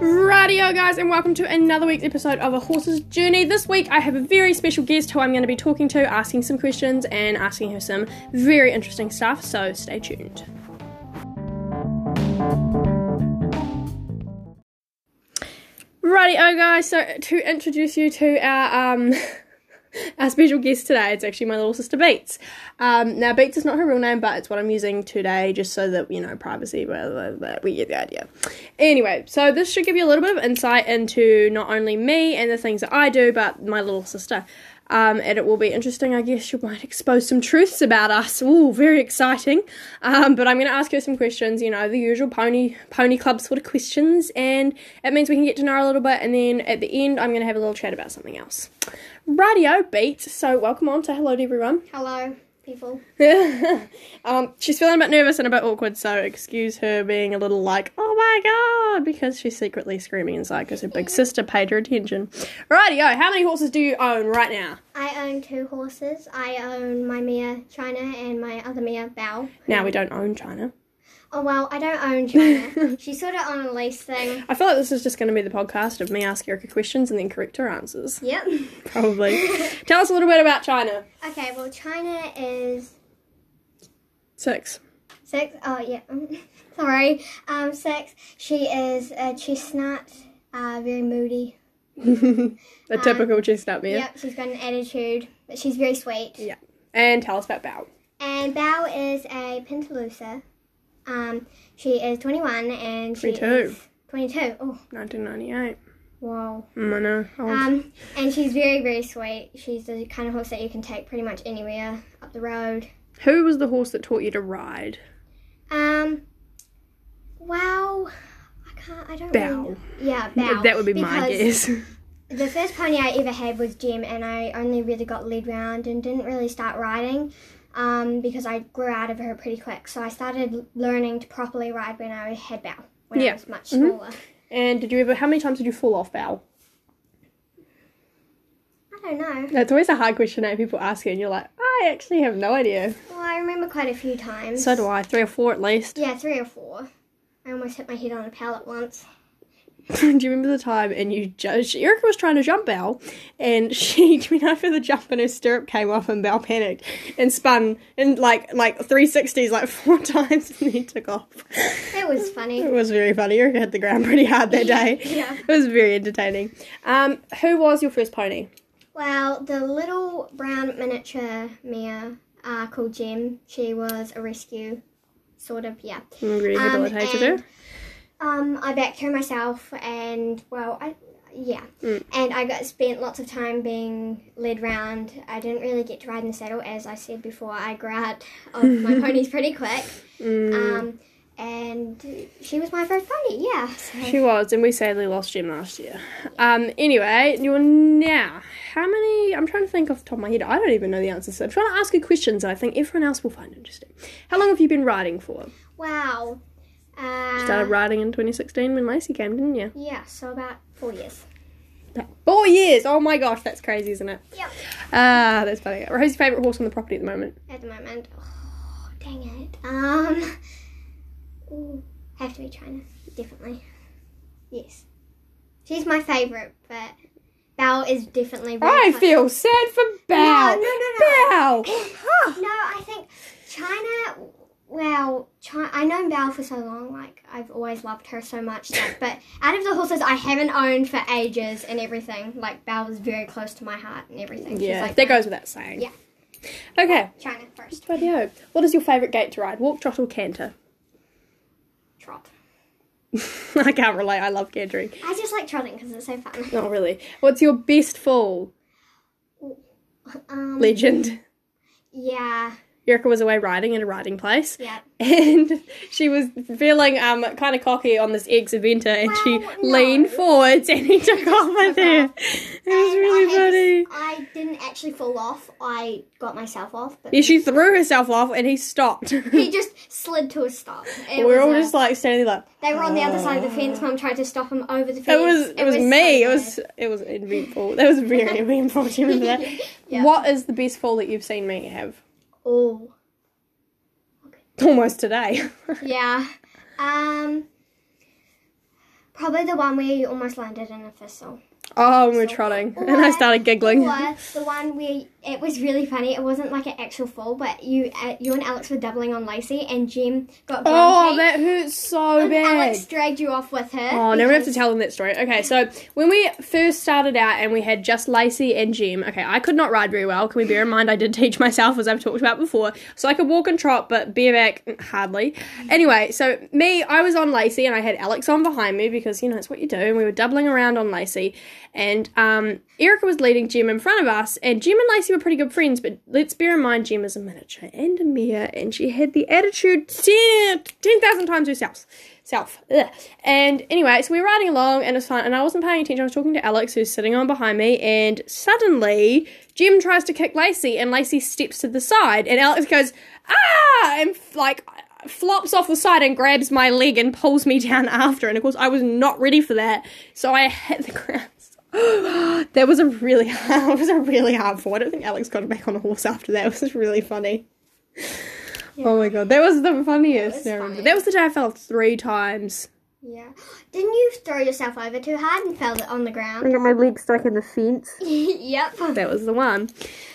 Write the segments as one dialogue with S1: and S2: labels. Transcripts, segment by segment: S1: Radio guys, and welcome to another week's episode of A Horse's Journey. This week, I have a very special guest who I'm going to be talking to, asking some questions, and asking her some very interesting stuff. So stay tuned. Radio guys, so to introduce you to our um, our special guest today, it's actually my little sister Beats. Um, now Beats is not her real name, but it's what I'm using today, just so that you know privacy. Blah, blah, blah, we get the idea. Anyway, so this should give you a little bit of insight into not only me and the things that I do, but my little sister. Um, and it will be interesting, I guess. She might expose some truths about us. Ooh, very exciting. Um, but I'm going to ask her some questions. You know, the usual pony pony club sort of questions, and it means we can get to know her a little bit. And then at the end, I'm going to have a little chat about something else. Radio beat. So welcome on. Say hello to everyone.
S2: Hello, people.
S1: Um, she's feeling a bit nervous and a bit awkward, so excuse her being a little like, oh my god, because she's secretly screaming inside because her big sister paid her attention. Rightio, how many horses do you own right now?
S2: I own two horses. I own my mare China and my other mare Bao.
S1: Now we don't own China.
S2: Oh well, I don't own China. She's sort of on a lease thing.
S1: I feel like this is just going to be the podcast of me asking Erica questions and then correct her answers.
S2: Yep.
S1: Probably. Tell us a little bit about China.
S2: Okay, well, China is
S1: Six.
S2: six. Oh yeah, sorry. Um, six. She is a chestnut. Uh, very moody.
S1: A typical chestnut mare.
S2: Yep, she's got an attitude, but she's very sweet.
S1: Yeah. And tell us about Bao.
S2: And Bao is a Pentaloosa. Um, she is 21 and she
S1: 22.
S2: is 22. Oh,
S1: 1998.
S2: wow.
S1: Mm, I know. Old.
S2: Um, and she's very, very sweet. She's the kind of horse that you can take pretty much anywhere up the road.
S1: Who was the horse that taught you to ride?
S2: Um, wow, I can't. I don't.
S1: Bow.
S2: Really, yeah, bow.
S1: That would be my
S2: Because
S1: guess.
S2: The first pony I ever had was Jim, and I only really got lead round and didn't really start riding. Um, because I grew out of her pretty quick, so I started learning to properly ride when I had bow when
S1: Yeah. Mm-hmm.
S2: I was much smaller.
S1: And did you ever? How many times did you fall off bow?
S2: I don't know.
S1: That's always a hard question that people ask you, and you're like, I actually have no idea.
S2: Well, I remember quite a few times.
S1: So do I. Three or four at least.
S2: Yeah, three or four. I almost hit my head on a pallet once.
S1: do you remember the time? And you just Erica was trying to jump bow, and she went over the jump, and her stirrup came off, and bow panicked and spun in like like 360s like four times, and then took off.
S2: It was funny.
S1: It was very funny. Erica hit the ground pretty hard that day.
S2: Yeah.
S1: It was very entertaining. Um, who was your first pony?
S2: Well, the little brown miniature mare uh, called Jim, she was a rescue, sort of, yeah.
S1: rehabilitated her.
S2: and, um, I backed her myself, and well, I yeah, and I got spent lots of time being led round. I didn't really get to ride in the saddle, as I said before. I grew out of my ponies pretty quick, um, and she was my first pony. Yeah, so
S1: She was, and we sadly lost Jim last year. Um, anyway, you're now. How many? I'm trying to think off the top of my head. I don't even know the answers. So I'm trying to ask you questions that I think everyone else will find interesting. How long have you been riding for?
S2: wow. Uh,
S1: Started riding in 2016 when Lacey came, didn't you?
S2: yeah, so about four years.
S1: Four years! Oh my gosh, that's crazy, isn't it?
S2: Yep.
S1: Ah, that's funny. Who's your favourite horse on the property at the moment?
S2: at the moment. Oh, dang it. Oh, Um, ooh, have to be China, definitely. Yes, she's my favorite, but Belle is definitely.
S1: I
S2: really close.
S1: feel sad for Bow.
S2: No, no, no, no.
S1: Bow.
S2: No, I think China. Well, China, I know Belle for so long. Like I've always loved her so much. That, but out of the horses I haven't owned for ages and everything, like Belle was very close to my heart and everything.
S1: Yeah,
S2: she's like
S1: that goes without saying.
S2: Yeah.
S1: Okay.
S2: China first.
S1: Radio. What is your favourite gait to ride? Walk, trot, or canter?
S2: Trot.
S1: I can't relate. I love cantering.
S2: I just like trotting because it's so fun.
S1: Not really. What's your best fall?
S2: Um,
S1: Legend.
S2: yeah,
S1: Erica was away riding at a riding place.
S2: yeah.
S1: And she was feeling um kind of cocky on this ex eventer, and she
S2: Well, no.
S1: leaned forwards and he took off Oh, with her. It was
S2: And
S1: really
S2: I had-
S1: funny.
S2: I didn't actually fall off. I got myself off, but
S1: Yeah, she threw herself off and he stopped.
S2: he just slid to a stop. It
S1: We're
S2: was
S1: all
S2: a-
S1: just like standing there like
S2: they were on the other side of the fence. Mum tried to stop him over the fence.
S1: it was it was
S2: so
S1: me. it
S2: bad.
S1: was it was eventful. That was very eventful. Do you remember that?
S2: Yeah.
S1: What is the best fall that you've seen me have?
S2: oh
S1: Almost today.
S2: yeah. Um, Probably the one where you almost landed in a thistle.
S1: Oh, and we're trotting, and I started giggling.
S2: Or the one where it was really funny. It wasn't like an actual fall, but you uh, you and Alex were doubling on Lacey, and Jim got
S1: Oh,
S2: ground cake,
S1: that hurts so
S2: and
S1: bad.
S2: Alex dragged you off with her.
S1: Oh, now we have to
S2: because-
S1: tell them that story. Okay, so when we first started out and we had just Lacey and Jim, okay, I could not ride very well. Can we bear in mind I did teach myself, as I've talked about before. So I could walk and trot, but bareback, mm, hardly. Anyway, so me, I was on Lacey and I had Alex on behind me because, you know, it's what you do. And we were doubling around on Lacey. And um, Erica was leading Jim in front of us. And Jim and Lacey were pretty good friends, but let's bear in mind Jim is a miniature and a mare, and she had the attitude 10 10,000 times herself self. Ugh. And anyway, so we were riding along and it's fine. And I wasn't paying attention. I was talking to Alex, who's sitting on behind me. And suddenly, Jim tries to kick Lacey, and Lacey steps to the side. And Alex goes, ah, and like flops off the side and grabs my leg and pulls me down after. And of course, I was not ready for that. So I hit the ground. that was a really hard, it was a really hard fall. I don't think Alex got back on the horse after that. It was really funny. Oh my god, that was the funniest.
S2: was
S1: I remember.
S2: funny.
S1: That was the day I fell three times.
S2: Yeah. Didn't you throw yourself over too hard and fell on the ground?
S1: got my leg stuck in the fence.
S2: yep.
S1: That was the one.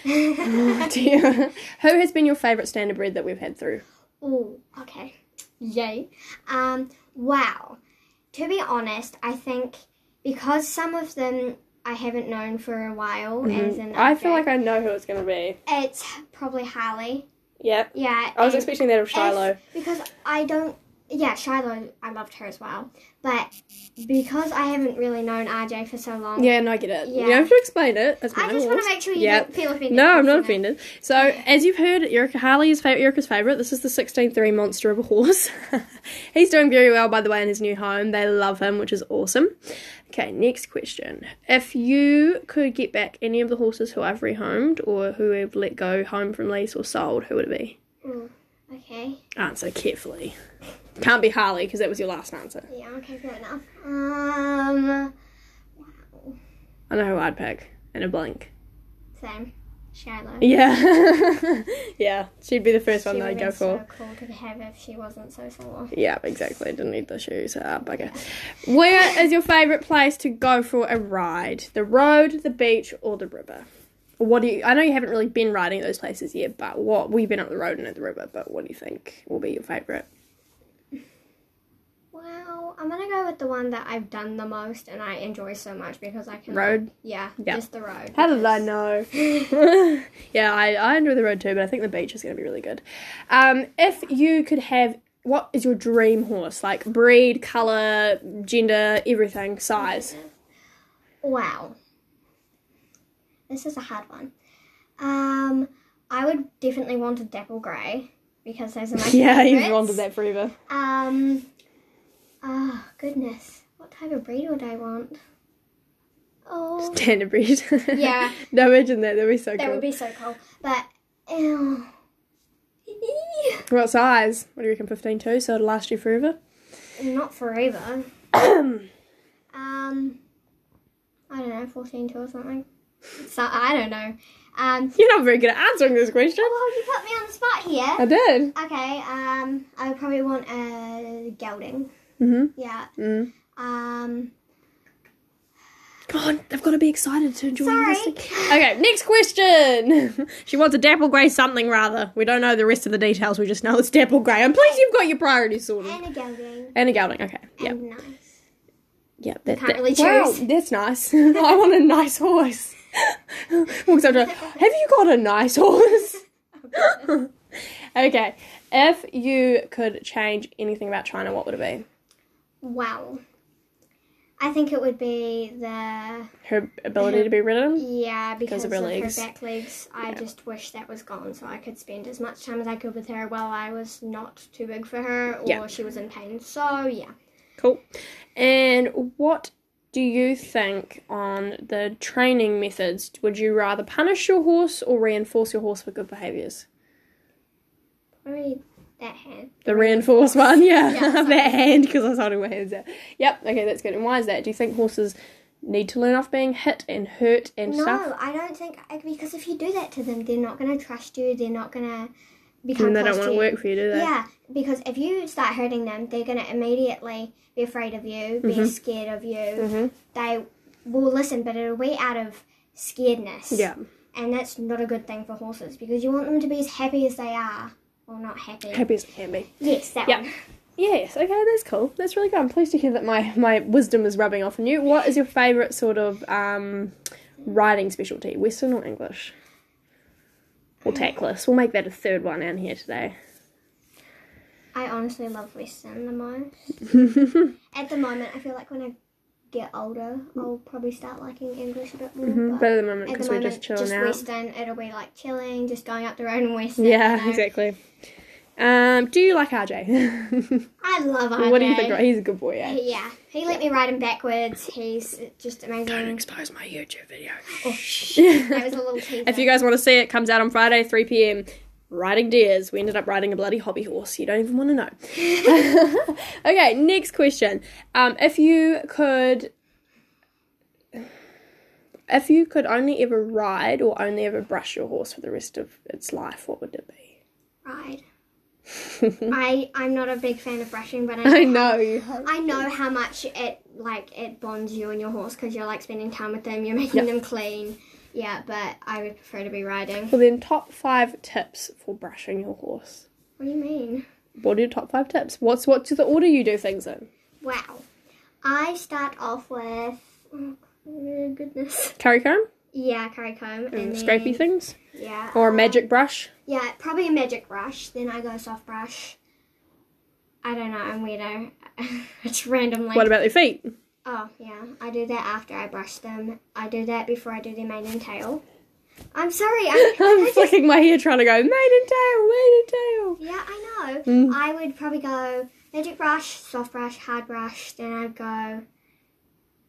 S1: Oh dear. Who has been your favourite standard bread that we've had through?
S2: Ooh, okay. Yay. Um, wow. To be honest, I think because some of them I haven't known for a while, as in
S1: Mm-hmm. I feel like I know who it's going to be.
S2: it's probably Harley.
S1: Yep.
S2: Yeah.
S1: I was
S2: and
S1: expecting that of
S2: if-
S1: Shiloh.
S2: because I don't. Yeah, Shiloh, I loved her as well. But because I haven't really known RJ for so long,
S1: Yeah, no, I get it. You
S2: Yeah.
S1: don't have to explain it. That's
S2: I
S1: my
S2: just want
S1: horse.
S2: to make sure you
S1: Yep.
S2: don't feel offended.
S1: No, I'm not
S2: offended.
S1: offended. So, as you've heard, Erica Harley is fav- Erica's favourite. This is the 16-3 monster of a horse. He's doing very well, by the way, in his new home. They love him, which is awesome. Okay, next question. If you could get back any of the horses who I've rehomed or who have let go home from lease or sold, who would it be?
S2: Okay.
S1: Answer carefully. Can't be Harley because that was your last answer.
S2: Yeah, okay, fair enough. Um,
S1: I know who I'd pick in a blink.
S2: same. Shiloh.
S1: Yeah. yeah, she'd be the first one that I'd
S2: would've
S1: go
S2: been
S1: for.
S2: so cool to have if she wasn't so sore.
S1: Yeah, exactly. Didn't need the shoes. Ah, bugger. Where is your favourite place to go for a ride? The road, the beach, or the river? What do you? I know you haven't really been riding at those places yet, but what we've been up the road and at the river. But what do you think will be your favourite?
S2: Well, I'm gonna go with the one that I've done the most and I enjoy so much because I can.
S1: Road?
S2: Yeah,
S1: Yeah.
S2: just the road.
S1: How did I know? yeah, I, I enjoy the road too, but I think the beach is going to be really good. Um, if you could have, what is your dream horse? Like breed, color, gender, everything, size.
S2: Wow. This is a hard one. Um, I would definitely want a dapple grey because those are my
S1: Yeah, you've
S2: favourites.
S1: wanted that forever.
S2: Um. Ah, goodness. What type of breed would I want? Oh.
S1: Standard breed.
S2: Yeah.
S1: no, imagine that. That'd be so
S2: That
S1: cool.
S2: would be so cool. But. Ew. Eee.
S1: what size? What do you reckon? 15 too, so it'll last you forever?
S2: Not forever. um. I don't know, 14 to or something. So, I don't know. Um.
S1: You're not very good at answering this question.
S2: Well, you put me on the spot
S1: I
S2: here.
S1: did.
S2: Okay, um, I would probably want a gelding.
S1: Mm-hmm.
S2: Yeah.
S1: Mm.
S2: Um,
S1: Come on, they've got to be excited to enjoy
S2: Sorry.
S1: this thing. Okay, next question. she wants a dapple grey something rather. We don't know the rest of the details, we just know it's dapple grey. And please, you've got your priorities sorted.
S2: and a gelding.
S1: And a gelding, okay. Yep,
S2: And nice.
S1: yep. That,
S2: can't
S1: that-
S2: really
S1: Wow,
S2: choose.
S1: that's nice. I want a nice horse. Walks up to her, have you got a nice horse? okay, if you could change anything about China, what would it be?
S2: Wow. I think it would be the
S1: Her ability to be ridden?
S2: yeah because
S1: of
S2: of
S1: her
S2: her
S1: legs.
S2: back legs. I just wish that was gone so I could spend as much time as I could with her while I was not too big for her or
S1: Yeah.
S2: she was in pain. So yeah,
S1: Cool. And what do you think on the training methods? Would you rather punish your horse or reinforce your horse for good behaviours?
S2: probably that hand.
S1: The reinforce one, yeah.
S2: Yeah, sorry.
S1: that hand, because I was holding my hands out. Yep, okay, that's good. And why is that? Do you think horses need to learn off being hit and hurt and
S2: No,
S1: stuff?
S2: I don't think I- because if you do that to them, they're not going to trust you. They're not going to become.
S1: and they
S2: close
S1: don't want
S2: to
S1: to
S2: you.
S1: work for you, do they?
S2: Yeah, because if you start hurting them, they're going to immediately be afraid of you, be
S1: Mm-hmm.
S2: scared of you. They will listen, but it'll be out of scaredness.
S1: Yeah.
S2: And that's not a good thing for horses because you want them to be as happy as they are. Well, not happy.
S1: Happy as it can be.
S2: Yes, that
S1: Yeah.
S2: one.
S1: Yes, okay, that's cool. That's really good. I'm pleased to hear that my, my wisdom is rubbing off on you. What is your favourite sort of um, riding specialty, Western or English? Or tactless? We'll make that a third one out here today.
S2: I honestly love Western the most. At the moment, I feel like when I get older, I'll probably start liking English a bit more.
S1: Mm-hmm. But at the moment,
S2: at the
S1: because we're
S2: moment,
S1: just chilling out.
S2: Western, it'll be like chilling, just going up the road and Western.
S1: Yeah,
S2: so-
S1: exactly. Um, do you like RJ?
S2: I love RJ.
S1: what do you think? right? He's a good boy, yeah.
S2: Uh, Yeah, he let me ride him backwards. He's just amazing.
S1: expose my YouTube video.
S2: That was a little teaser.
S1: If you guys want to see it, comes out on Friday, 3 p.m. Riding deers. We ended up riding a bloody hobby horse. You don't even want to know. okay, next question. Um, if you could, if you could only ever ride or only ever brush your horse for the rest of its life, what would it be?
S2: ride. I I'm not a big fan of brushing, but I
S1: I
S2: know,
S1: know you.
S2: I know how much it like it bonds you and your horse because you're like spending time with them, you're making them clean. Yeah, but I would prefer to be riding.
S1: Well, then, top five tips for brushing your horse.
S2: What do you mean?
S1: What are your top five tips? What's what's the order you do things in?
S2: Wow. I start off with oh goodness.
S1: Curry comb,
S2: Yeah, curry comb and, then,
S1: scrapey things,
S2: Yeah.
S1: or a
S2: uh,
S1: magic brush.
S2: Yeah, probably a magic brush. Then I go soft brush. I don't know. I'm weirdo. it's randomly.
S1: What about their feet?
S2: Oh yeah, I do that after I brush them. I do that before I do their mane and tail. I'm sorry. I,
S1: I'm
S2: I just,
S1: flicking my hair trying to go, maiden tail, maiden tail.
S2: yeah, I know.
S1: Hmm.
S2: I would probably go magic brush, soft brush, hard brush. Then I'd go.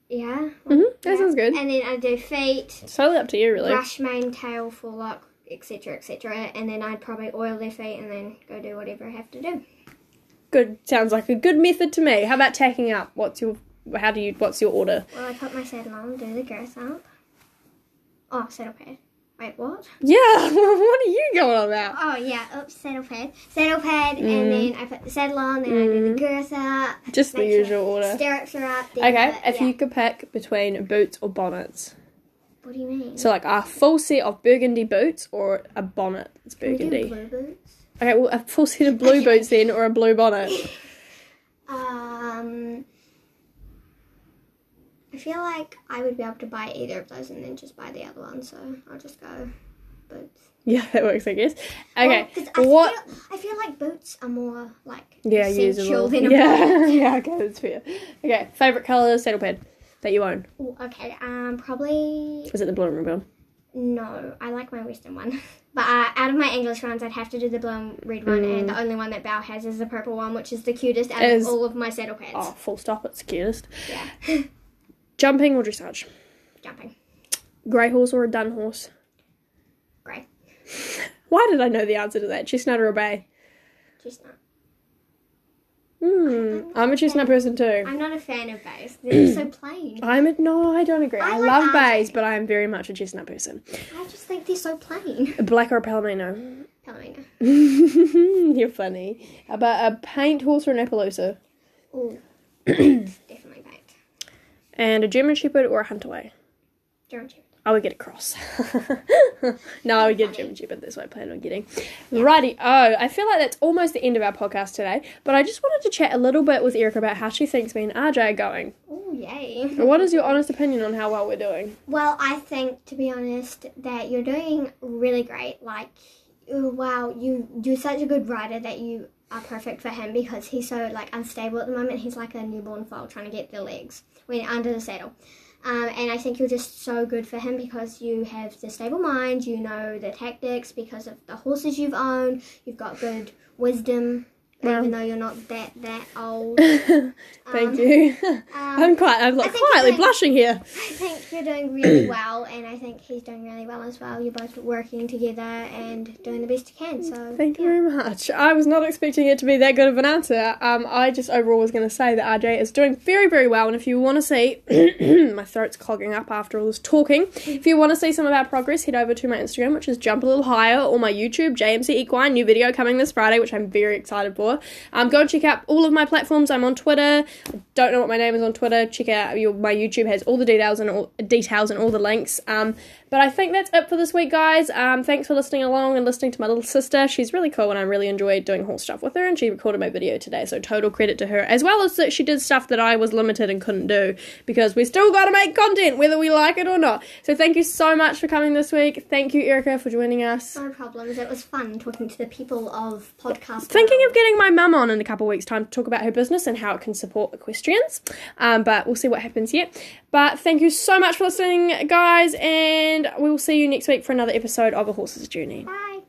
S2: Yeah.
S1: Mm-hmm. That sounds good.
S2: And then I do feet,
S1: It's totally up to you, really.
S2: brush, mane, tail, forelock, etc., etc. And then I'd probably oil their feet and then go do whatever I have to do.
S1: Good. Sounds like a good method to me. How about tacking up? What's your, how do you, what's your order?
S2: Well, I put my saddle on, do the girth up. Oh, saddle pad. Wait, what?
S1: Yeah, what are you going on about?
S2: Oh, yeah, oops, saddle pad. Saddle pad, and then I put the saddle on, then I do the girth up.
S1: Just Mm. the
S2: make sure
S1: usual order.
S2: Stirrups are up. Then
S1: Okay,
S2: put-
S1: if
S2: yeah.
S1: you could pick between boots or bonnets.
S2: What do you mean?
S1: So, like a full set of burgundy boots or a bonnet that's
S2: We do
S1: burgundy.
S2: blue boots.
S1: Okay, well, a full set of blue boots then or a blue bonnet.
S2: Um. I feel like I would be able to buy either of those and then just buy the other one, so I'll just go boots.
S1: Yeah, that works, I guess. Okay,
S2: Well, Oh, 'cause I
S1: what
S2: Feel, I feel like boots are more like
S1: Yeah,
S2: essential
S1: usable.
S2: than a bonnet.
S1: yeah, yeah. Okay, that's fair. Okay, favorite color saddle pad that you own
S2: Ooh, okay, um, probably
S1: is it the blue and red one?
S2: no. I like my Western one, but uh, out of my English ones, I'd have to do the blue and red one, and the only one that Bao has is the purple one, which is the cutest out
S1: Mm. Is-
S2: of all of my saddle pads.
S1: Oh, full stop. It's cutest.
S2: Yeah,
S1: Jumping or dressage?
S2: jumping
S1: Grey horse or a dun horse?
S2: grey
S1: Why did I know the answer to that? Chestnut or a bay?
S2: chestnut.
S1: Hmm. I'm a chestnut person too.
S2: I'm not a fan of bays. They're so plain.
S1: I'm a no. I don't agree. I,
S2: I like
S1: love
S2: ours.
S1: bays, but I am very much a chestnut person.
S2: I just think they're so plain.
S1: A black or a palomino? Hmm,
S2: Palomino.
S1: You're funny. How About a paint horse or an Appaloosa?
S2: Ooh, definitely paint.
S1: And a German Shepherd or a Hunterway?
S2: German Shepherd.
S1: I would get a cross. no, I would get a German Shepherd. That's what I plan on getting. Righty. Oh, I feel like that's almost the end of our podcast today. But I just wanted to chat a little bit with Erica about how she thinks me and RJ are going.
S2: Ooh, yay.
S1: What is your honest opinion on how well we're doing?
S2: Well, I think to be honest that you're doing really great. Like, ooh, wow, you you're such a good rider that you are perfect for him because he's so like unstable at the moment. He's like a newborn foal trying to get the legs when under the saddle. Um, and I think you're just so good for him because you have the stable mind, you know the tactics because of the horses you've owned, you've got good wisdom, even though you're not that that old. Um,
S1: Thank you. I'm quite. I'm like
S2: think you're
S1: quietly
S2: doing-
S1: blushing here.
S2: I think you're doing really well, and I think he's doing really well as well. You're both working together and doing the best you can. So
S1: Thank you very much. I was not expecting it to be that good of an answer. Um, I just overall was going to say that RJ is doing very, very well. And if you want to see, my throat's clogging up after all this talking. If you want to see some of our progress, head over to my Instagram, which is jump a little higher, or my YouTube, JMC Equine, new video coming this Friday, which I'm very excited for. for. Um, go and check out all of my platforms. I'm on Twitter. I don't know what my name is on Twitter. Check out your, my YouTube has all the details and all details and all the links. Um, but I think that's it for this week, guys. Um, thanks for listening along and listening to my little sister. She's really cool, and I really enjoyed doing horse stuff with her. And she recorded my video today, so total credit to her, as well as that she did stuff that I was limited and couldn't do because we still got to make content whether we like it or not. So thank you so much for coming this week. Thank you, Erica, for joining us.
S2: No problems. It was fun talking to the people of podcast.
S1: Thinking
S2: world.
S1: of getting my mum on in a couple of weeks' time to talk about her business and how it can support equestrians. Um, but we'll see what happens yet. But thank you so much for listening, guys, and we will see you next week for another episode of A Horse's Journey.
S2: Bye.